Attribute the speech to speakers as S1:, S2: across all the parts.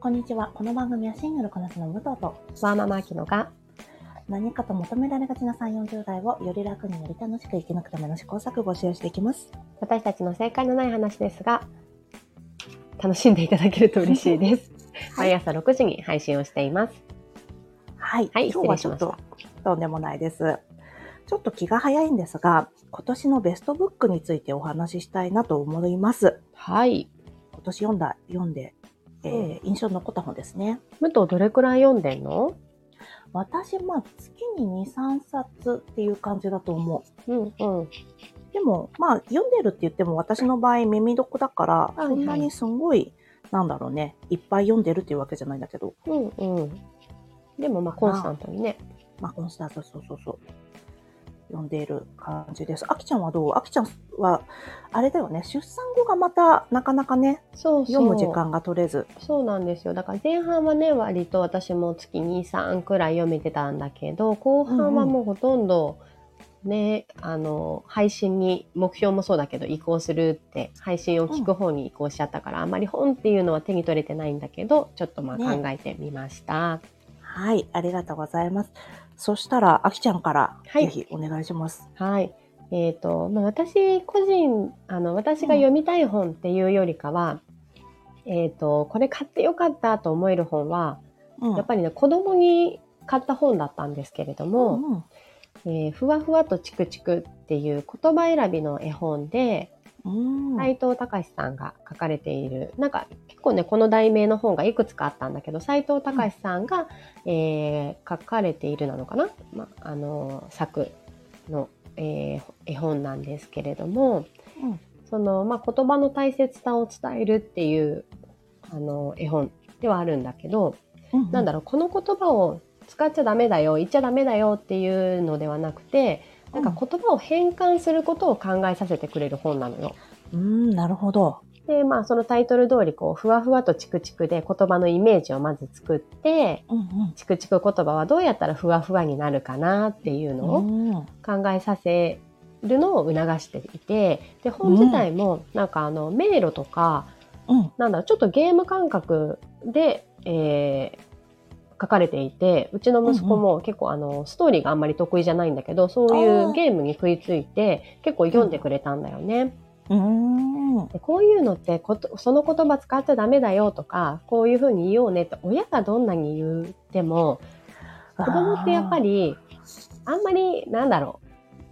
S1: こんにちは。この番組はシングルこなすの武藤と
S2: ワーママアキノが
S1: 何かと求められがちな3、40代をより楽により楽しく生き抜くための試行錯誤をシェアしていきます。
S2: 私たちの正解のない話ですが楽しんでいただけると嬉しい です。
S1: はい
S2: 毎朝6時に配信をしています。
S1: はい。
S2: はい
S1: 今日はちょっととんでもないです。ちょっと気が早いんですが、今年のベストブックについてお話ししたいなと思います。
S2: はい。
S1: 今年読んだ、読んで、えー印象に残った本ですね。
S2: 武藤どれくらい読んでんの？
S1: 私、まあ、月に2、3冊っていう感じだと思う。
S2: うんうん。
S1: でも、まあ、読んでるって言っても、私の場合、耳どこだから、
S2: いはい
S1: そんなにすごい、なんだろうね、いっぱい読んでるっていうわけじゃないんだけど、
S2: うんうん。でもまあコンスタントにね。
S1: まあ、コンスタント、そうそうそう、読んでいる感じです。あきちゃんはどうあきちゃんは、あれだよね、出産後がまた、なかなかね、
S2: そうそう。
S1: 読む時間が取れず。
S2: そうなんですよ。だから前半はね、割と私も月2、3くらい読めてたんだけど、後半はもうほとんど、ね、あの、配信に、目標もそうだけど、移行するって、配信を聞く方に移行しちゃったから、あまり本っていうのは手に取れてないんだけど、ちょっとまあ
S1: ね
S2: 考えてみました。
S1: はい、ありがとうございます。そしたら、あきちゃんから、
S2: はい
S1: ぜひお願いします。
S2: はい。えっ、と、まあ、私個人、あの、私が読みたい本っていうよりかは、えっ、と、これ買ってよかったと思える本は、
S1: うん
S2: やっぱりね、子供に買った本だったんですけれども、
S1: うん
S2: えーふわふわとチクチクっていう言葉選びの絵本で、
S1: うん。うん。
S2: 斉藤隆さんが書かれている、なんか結構ね、この題名の本がいくつかあったんだけど、斉藤隆さんが、えー書かれているなのかな、ま、あの、作の、えー絵本なんですけれども、
S1: うん
S2: その、まあ、言葉の大切さを伝えるっていう、あの、絵本ではあるんだけど、
S1: うん
S2: なんだろう、この言葉を使っちゃダメだよ、言っちゃダメだよっていうのではなくて、なんか言葉を変換することを考えさせてくれる本なのよ。
S1: うん、なるほど。
S2: で、まあそのタイトル通り、こう、ふわふわとチクチクで言葉のイメージをまず作って、
S1: うんうん。
S2: チクチク言葉はどうやったらふわふわになるかなっていうのを
S1: うん
S2: 考えさせるのを促していて、で、本自体も、なんかあの、迷路とか、
S1: うん。
S2: なんだろう、ちょっとゲーム感覚で、えー書かれていて、うちの息子も結構あの、ストーリーがあんまり得意じゃないんだけど、そうい
S1: あー
S2: うゲームに食いついて、結構読んでくれたんだよね。
S1: うん。
S2: でこういうのってこと、その言葉使っちゃダメだよとか、こういう風に言おうねって、親がどんなに言っても、
S1: 子
S2: 子供ってやっぱり、あんまり、なんだろ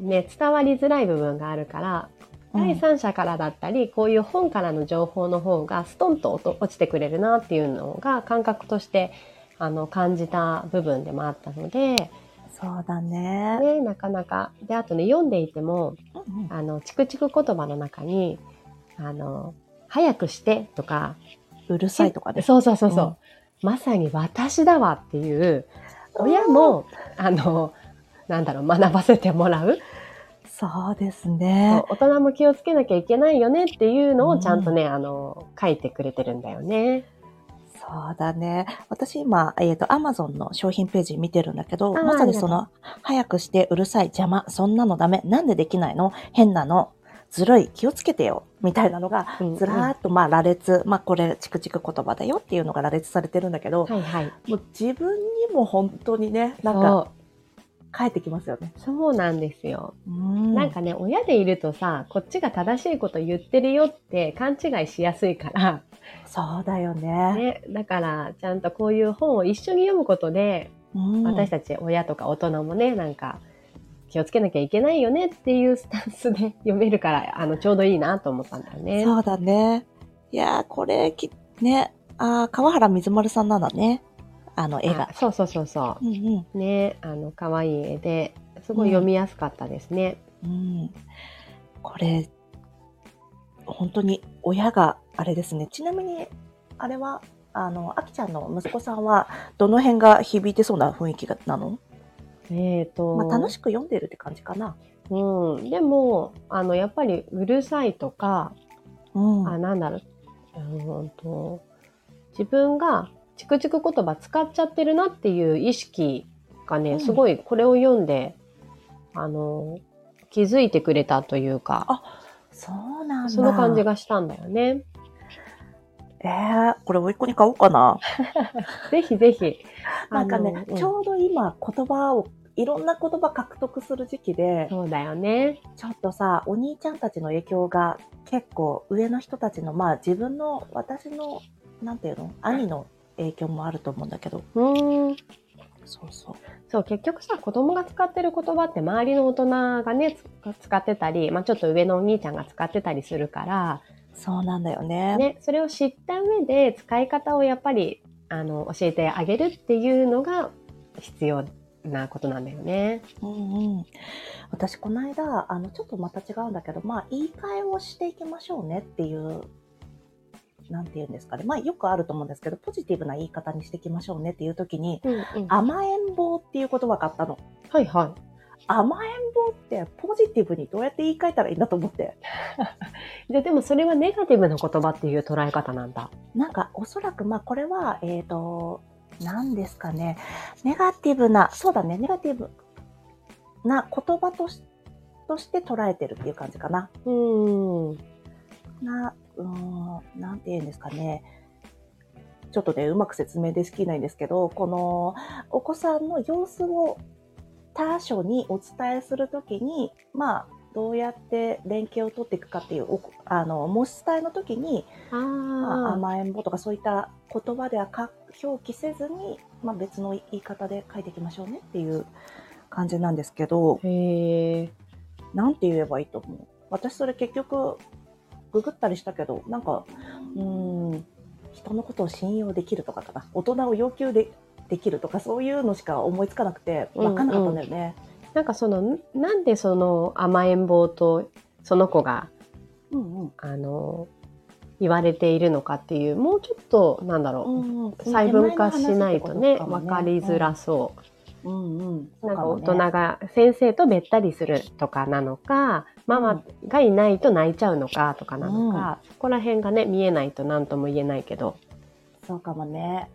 S2: う、ね、伝わりづらい部分があるから、第三者からだったり、こういう本からの情報の方がストンと落落ちてくれるなっていうのが感覚としてあの感じた部分でもあったので、
S1: そうだね。
S2: ね、なかなか。で、あとね、読んでいても、
S1: うん
S2: あの、チクチク言葉の中に、あの、早くしてとか、
S1: うるさいとかです。
S2: そうそうそうそう
S1: うん、
S2: まさに私だわっていう、親も、あの、なんだろう、学ばせてもらう
S1: そうです
S2: そ
S1: ね
S2: う。大人も気をつけなきゃいけないよねっていうのをちゃんとね、あの書いてくれてるんだよね。
S1: そうだね。私今、えっ、と、アマゾンの商品ページ見てるんだけど、
S2: あー
S1: まさにそ
S2: あ
S1: の、早くしてうるさい、邪魔、そんなのダメ、なんでできないの変なの、ずるい、気をつけてよ、みたいなのが、
S2: うん
S1: ずらーっと、まあ、羅列、まあ、これ、チクチク言葉だよっていうのが羅列されてるんだけど、
S2: はいはい。
S1: もう自分にも本当にね、なんか、
S2: そ
S1: 返ってきますよね。
S2: うそうなんですよ、
S1: うん
S2: なんかね親でいるとさこっちが正しいこと言ってるよって勘違いしやすいか
S1: そうだよね。
S2: ら、ね、だからちゃんとこういう本を一緒に読むことで、
S1: うん
S2: 私たち親とか大人もねなんか気をつけなきゃいけないよねっていうスタンスで読めるからあのちょうどいいなと思ったんだよね。
S1: そうだね。いやー、これ、き、ね、あー川原水丸さんなんだね。あの、絵が
S2: あ。そうそうそうそう。
S1: うんうん。
S2: ね、あの可愛い絵ですごい読みやすかったですね。
S1: うん。これ、本当に親が、あれですね。ちなみに、あれは、あの、あきちゃんの息子さんは、どの辺が響いてそうな雰囲気がなの
S2: えーと、
S1: まあ、楽し
S2: く、
S1: く読んでるって感じかな。
S2: うん、でもあのやっぱりうるさいとか、
S1: うん。
S2: あなんだろう、うんと自分がチクチク言葉使っちゃってるなっていう意識がね、
S1: うん
S2: すごいこれを読んであの気づいてくれたというか、
S1: そうなんだ。
S2: その感じ。がしたんだよね。
S1: えー、これ、甥っ子に買おうかな。
S2: ぜひぜひ。
S1: なんかね
S2: あ、のうん
S1: ちょうど今、言葉を、いろんな言葉獲得する時期で、
S2: そうだよね。
S1: ちょっとさ、お兄ちゃんたちの影響が結構上の人たちの、まあ自分の、私の、なんていうの兄の影響もあると思うんだけど。
S2: うーん。
S1: そうそう。
S2: そう、結局さ、子供が使ってる言葉って周りの大人がね、つ使ってたり、まあちょっと上のお兄ちゃんが使ってたりするから、
S1: そうなんだよね。
S2: ね、それを知った上で使い方をやっぱり、あの、教えてあげるっていうのが必要なことなんだよね。
S1: うんうん。私、この間、あの、ちょっとまた違うんだけど、まあ言い換えをしていきましょうねっていう、なんていうんですかね。まあよくあると思うんですけど、ポジティブな言い方にしていきましょうねっていう時に、
S2: うんうんあ、
S1: 甘えん坊っていう言葉があったの。
S2: はいは
S1: 甘えん坊ってポジティブにどうやって言い換えたらいいんだと思って。
S2: い。ででもそれはネガティブな言葉っていう捉え方なんだ。
S1: なんか、おそらく、まあ、これは、えっ、と、何ですかね。ネガティブな、そうだね、ネガティブな言葉としとして捉えてるっていう感じかな。
S2: うーん。
S1: な、うーん、なんて言うんですかね。ちょっとね、うまく説明できないんですけど、この、お子さんの様子を他所にお伝えするときに、まあ、どうやって連携を取っていくかっていう、おあの、申し伝えのときに、まあ
S2: ああ、
S1: 甘えん坊とかそういった言葉ではか表記せずに、まあ、別の言い方で書いていきましょうねっていう感じなんですけど
S2: へえ。
S1: なんて言えばいいと思う私それ結局ググったりしたけどなんかうーん人のことを信用できるとかかな大人を要求でできるとかそういうのしか思いつかなくて分かんなかったんだよね。
S2: なんかその、んなんでその甘えん坊とその子が、
S1: うんうん
S2: あの、言われているのかっていう、もうちょっと、なんだろ
S1: うんうん
S2: う、細分化しないと
S1: 手前の話ってこ
S2: ね、
S1: と
S2: わ
S1: も
S2: かりづらそう。
S1: うんうんそう
S2: なんか
S1: も
S2: 大
S1: ね
S2: 人が先生とべったりするとかなのか、ママがいないと泣いちゃうのかとかなのか、そこら辺がね、見えないと何とも言えないけど。
S1: そうかもね。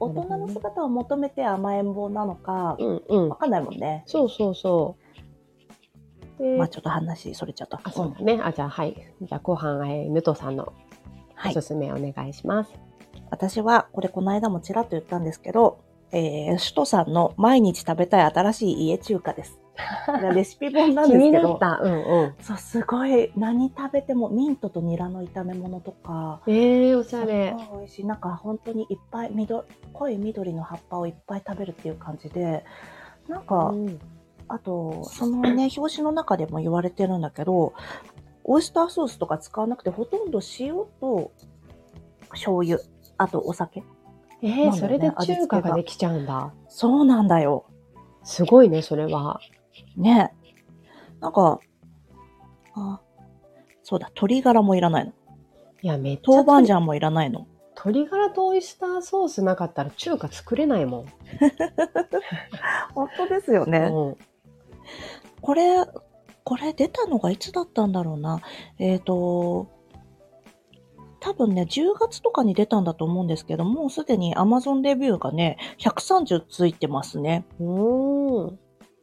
S2: ほ
S1: 大
S2: どね
S1: 人の姿を求めて甘えん坊なのか
S2: う、んうん
S1: わ。かんないもんね。
S2: そうそうそう。で、
S1: まあちょっと話それちゃった。
S2: あ、そうだね。あ、じゃあはい。じゃあ後半、えー、武藤さんの
S1: は
S2: お
S1: い
S2: す。すめお願いします。
S1: 私は、これこの間もちらっと言ったんですけど、えー、首都さんの毎日食べたい新しい家中華です。レシピ本なん
S2: 気
S1: です
S2: に
S1: け
S2: なっ
S1: ど。
S2: た。うんうん。
S1: そう、すごい、何食べてもミントとニラの炒め物とか、
S2: ええおし
S1: すご
S2: ゃ
S1: い
S2: れ。
S1: 美味しい。なんか本当にいっぱい緑、濃い緑の葉っぱをいっぱい食べるっていう感じで、なんか、
S2: うん
S1: あと、そのね、表紙の中でも言われてるんだけど、オイスターソースとか使わなくて、ほとんど塩と醤油、あとお酒。
S2: ええ
S1: なんだ
S2: そ
S1: よね
S2: れで
S1: 味
S2: 中
S1: 付け
S2: 華
S1: が
S2: ができちゃうんだ。
S1: そうなんだよ。
S2: すごいね、それは。
S1: ね。なんか、あ、そうだ、鶏ガラもいらないの。
S2: いや、めっちゃ。
S1: 豆板醤もいらないの。
S2: 鶏ガラとオイスターソースなかったら中華作れないもん。
S1: 本当ですよね
S2: うん
S1: これ、これ出たのがいつだったんだろうな。えっ、と、多分ね、10月とかに出たんだと思うんですけど、もうすでに Amazon レビューがね、130ついてますね。
S2: うーん。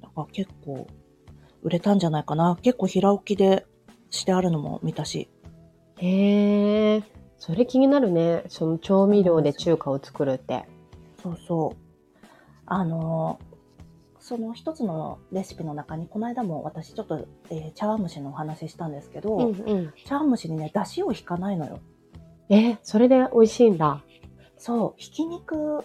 S1: だから結構売れたんじゃないかな。結構平置きでしてあるのも見たし。
S2: へえ。それ気になるね。その調味料で中華を作るって。
S1: そうそう。あのーその一つのレシピの中に、この間も私ちょっと、えー茶碗蒸しのお話ししたんですけど、
S2: うん。
S1: 茶碗蒸しにね、出汁を引かないのよ。
S2: え、それで美味しいんだ。
S1: そう、ひき肉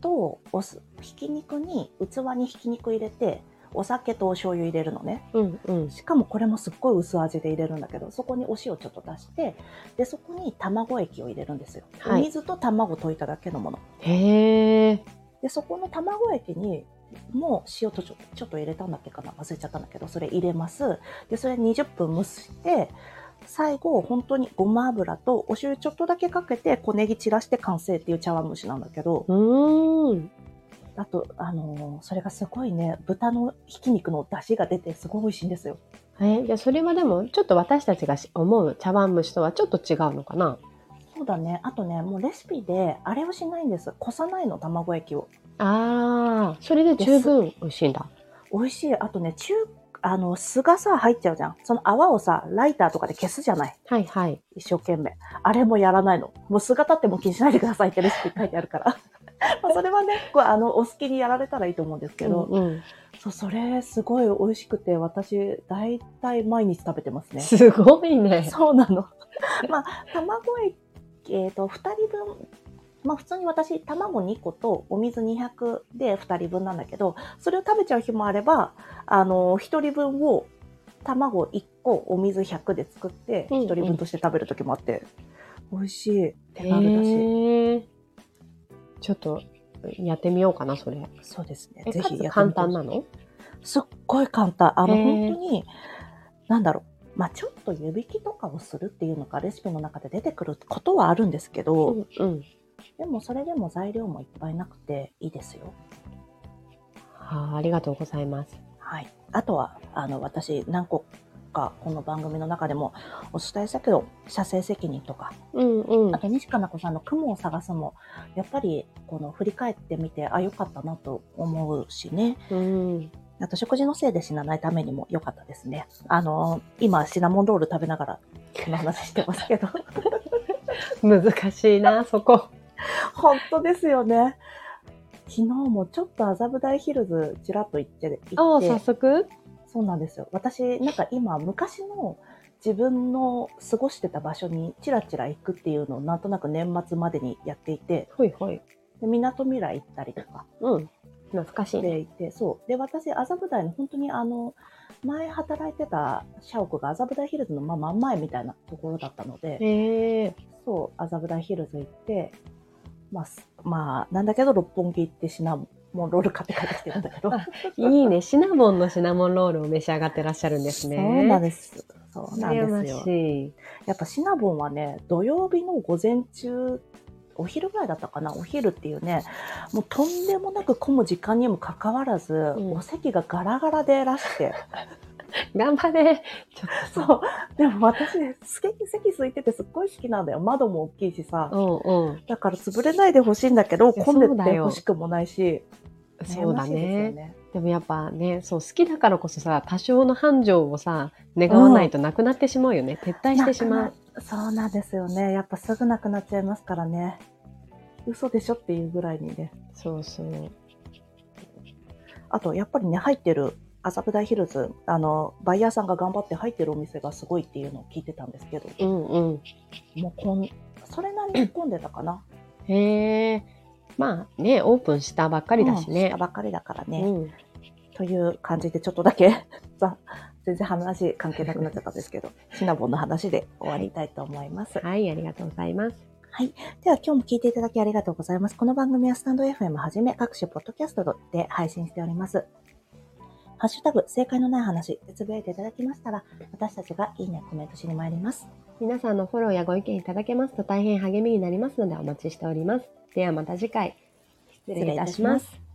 S1: とお酢、ひき肉に、器にひき肉入れて、お酒とお醤油入れるのね。
S2: うんうん。
S1: しかもこれもすっごい薄味で入れるんだけど、そこにお塩ちょっと出して、で、そこに卵液を入れるんですよ。
S2: はい
S1: お水と卵溶いただけのもの。
S2: へえ。
S1: で、そこの卵液に、もう塩とちょちょっと入れたんだっけかな忘れちゃったんだけど、それ入れます。で、それ20分蒸して、最後、本当にごま油とお醤油ちょっとだけかけて、小ネギ散らして完成っていう茶碗蒸しなんだけど、
S2: うーん。
S1: あと、あのーそれがすごいね、豚のひき肉の出汁が出て、すごい美味しいんですよ。
S2: え、じゃあそれはでも、ちょっと私たちがし思う茶碗蒸しとはちょっと違うのかな
S1: そうだね。あとね、もうレシピで、あれをしないんです。こさないの、卵液を。
S2: ああ、それで十分美味しいんだ。
S1: 美味しい。あとね、中あの、酢がさ、入っちゃうじゃん。その泡をさ、ライターとかで消すじゃない。
S2: はいはい。
S1: 一生懸命。あれもやらないの。もう酢が立っても気にしないでくださいってレシピ書いてあるから。 まあそれはね、こうあの、お好きにやられたらいいと思うんですけど、
S2: うんうん
S1: そう、それすごい美味しくて、私、だいたい毎日食べてますね。
S2: すごいね。
S1: そうなの。まあ、卵液、えっ、と、2人分、まあ普通に私、卵2個とお水200で2人分なんだけど、それを食べちゃう日もあれば、あの、1人分を卵1個、お水100で作って、
S2: うんうん
S1: 1人分として食べる時もあって、美味しい。手軽
S2: へ
S1: だし。
S2: ーちょっとやってみようかな、それ。
S1: そうですね。
S2: え、
S1: ぜ
S2: か
S1: ひやっ
S2: つ
S1: てみて
S2: 簡単なの
S1: すっごい簡単。あの、
S2: へー
S1: 本当に、なんだろう。まあ、ちょっと湯引きとかをするっていうのがレシピの中で出てくることはあるんですけど、
S2: うんうん。
S1: でもそれでも材料もいっぱいなくていいですよ。
S2: はあ、ありがとうございます。
S1: はい。あとは、あの、私何個かこの番組の中でもお伝えしたけど、写生責任とか、
S2: うんうん
S1: あ。と西加奈子さんの雲を探すも、やっぱりこの振り返ってみて、あ、良かったなと思うしね。
S2: うん、
S1: あと食事のせいで死なないためにも良かったですね。あの今シナモンロール食べながらこの話してます けど、
S2: 難しいな、そこ。
S1: 本当ですよね。昨日もちょっと麻布台ヒルズちらっと行って、行っ
S2: ああ、早
S1: て
S2: 速
S1: そうなんですよ。私、なんか今昔の自分の過ごしてた場所にちらちら行くっていうのをなんとなく年末までにやっていて、
S2: ほいほい。
S1: で港未来行ったりとか、
S2: うん。懐かしいね。
S1: でいて、そう。で、私、麻布台の本当にあの、前働いてた社屋が麻布台ヒルズのまあ真ん前みたいなところだったので、
S2: へえ。
S1: そう、麻布台ヒルズ行って、まあ、すまあ、なんだけど、六本木行ってシナモンロール買って帰ってきてるんだけど。
S2: あいいね。シナモンのシナモンロールを召し上がってらっしゃるんですね。
S1: そうなん
S2: で
S1: です。そうなんですよ
S2: し。い。
S1: やっぱシナボンはね、土曜日の午前中、お昼ぐらいだったかな、お昼っていうね、もうとんでもなく混む時間にもかかわらず、
S2: ん
S1: お席がガラガラでらして、
S2: 頑張れ。ちょっと
S1: そう。でも私、席、席空いててすっごい好きなんだよ。窓も大きいしさ。
S2: うんうん。
S1: だから潰れないでほしいんだけど、
S2: いや
S1: 混んで
S2: そう
S1: っ
S2: だ
S1: て
S2: よ
S1: 欲しくもないし。
S2: そう
S1: 悩
S2: だ
S1: ましいですよ
S2: ね。でもやっぱね、そう、好きだからこそさ、多少の繁盛をさ、願わないとなくなってしまうよね。撤退してしま
S1: な
S2: う
S1: く。なそうなんですよね。やっぱすぐなくなっちゃいますからね。嘘でしょっていうぐらいにね。
S2: そうそう。
S1: あと、やっぱりね、入ってる、麻布台ヒルズ、あの、バイヤーさんが頑張って入ってるお店がすごいっていうのを聞いてたんですけど、
S2: うんうん。
S1: もうこん、それなりに混んでたかな。
S2: へえ。まあね、オープンしたばっかりだし
S1: うん
S2: ね
S1: た。ばっかりだからね。
S2: うん。
S1: という感じでちょっとだけ ざ全然話関係なくなっちゃったんですけどシナボンの話で終わりたいと思います、
S2: はい、ありがとうございます。
S1: では今日も聞いていただきありがとうございますこの番組はスタンド FM はじめ各種ポッドキャストで配信しておりますハッシュタグ正解のない話でつぶやいていただきましたら私たちがいいねコメントしに参ります
S2: 皆さんのフォローやご意見いただけますと大変励みになりますのでお待ちしております。ではまた次回。失礼いたします。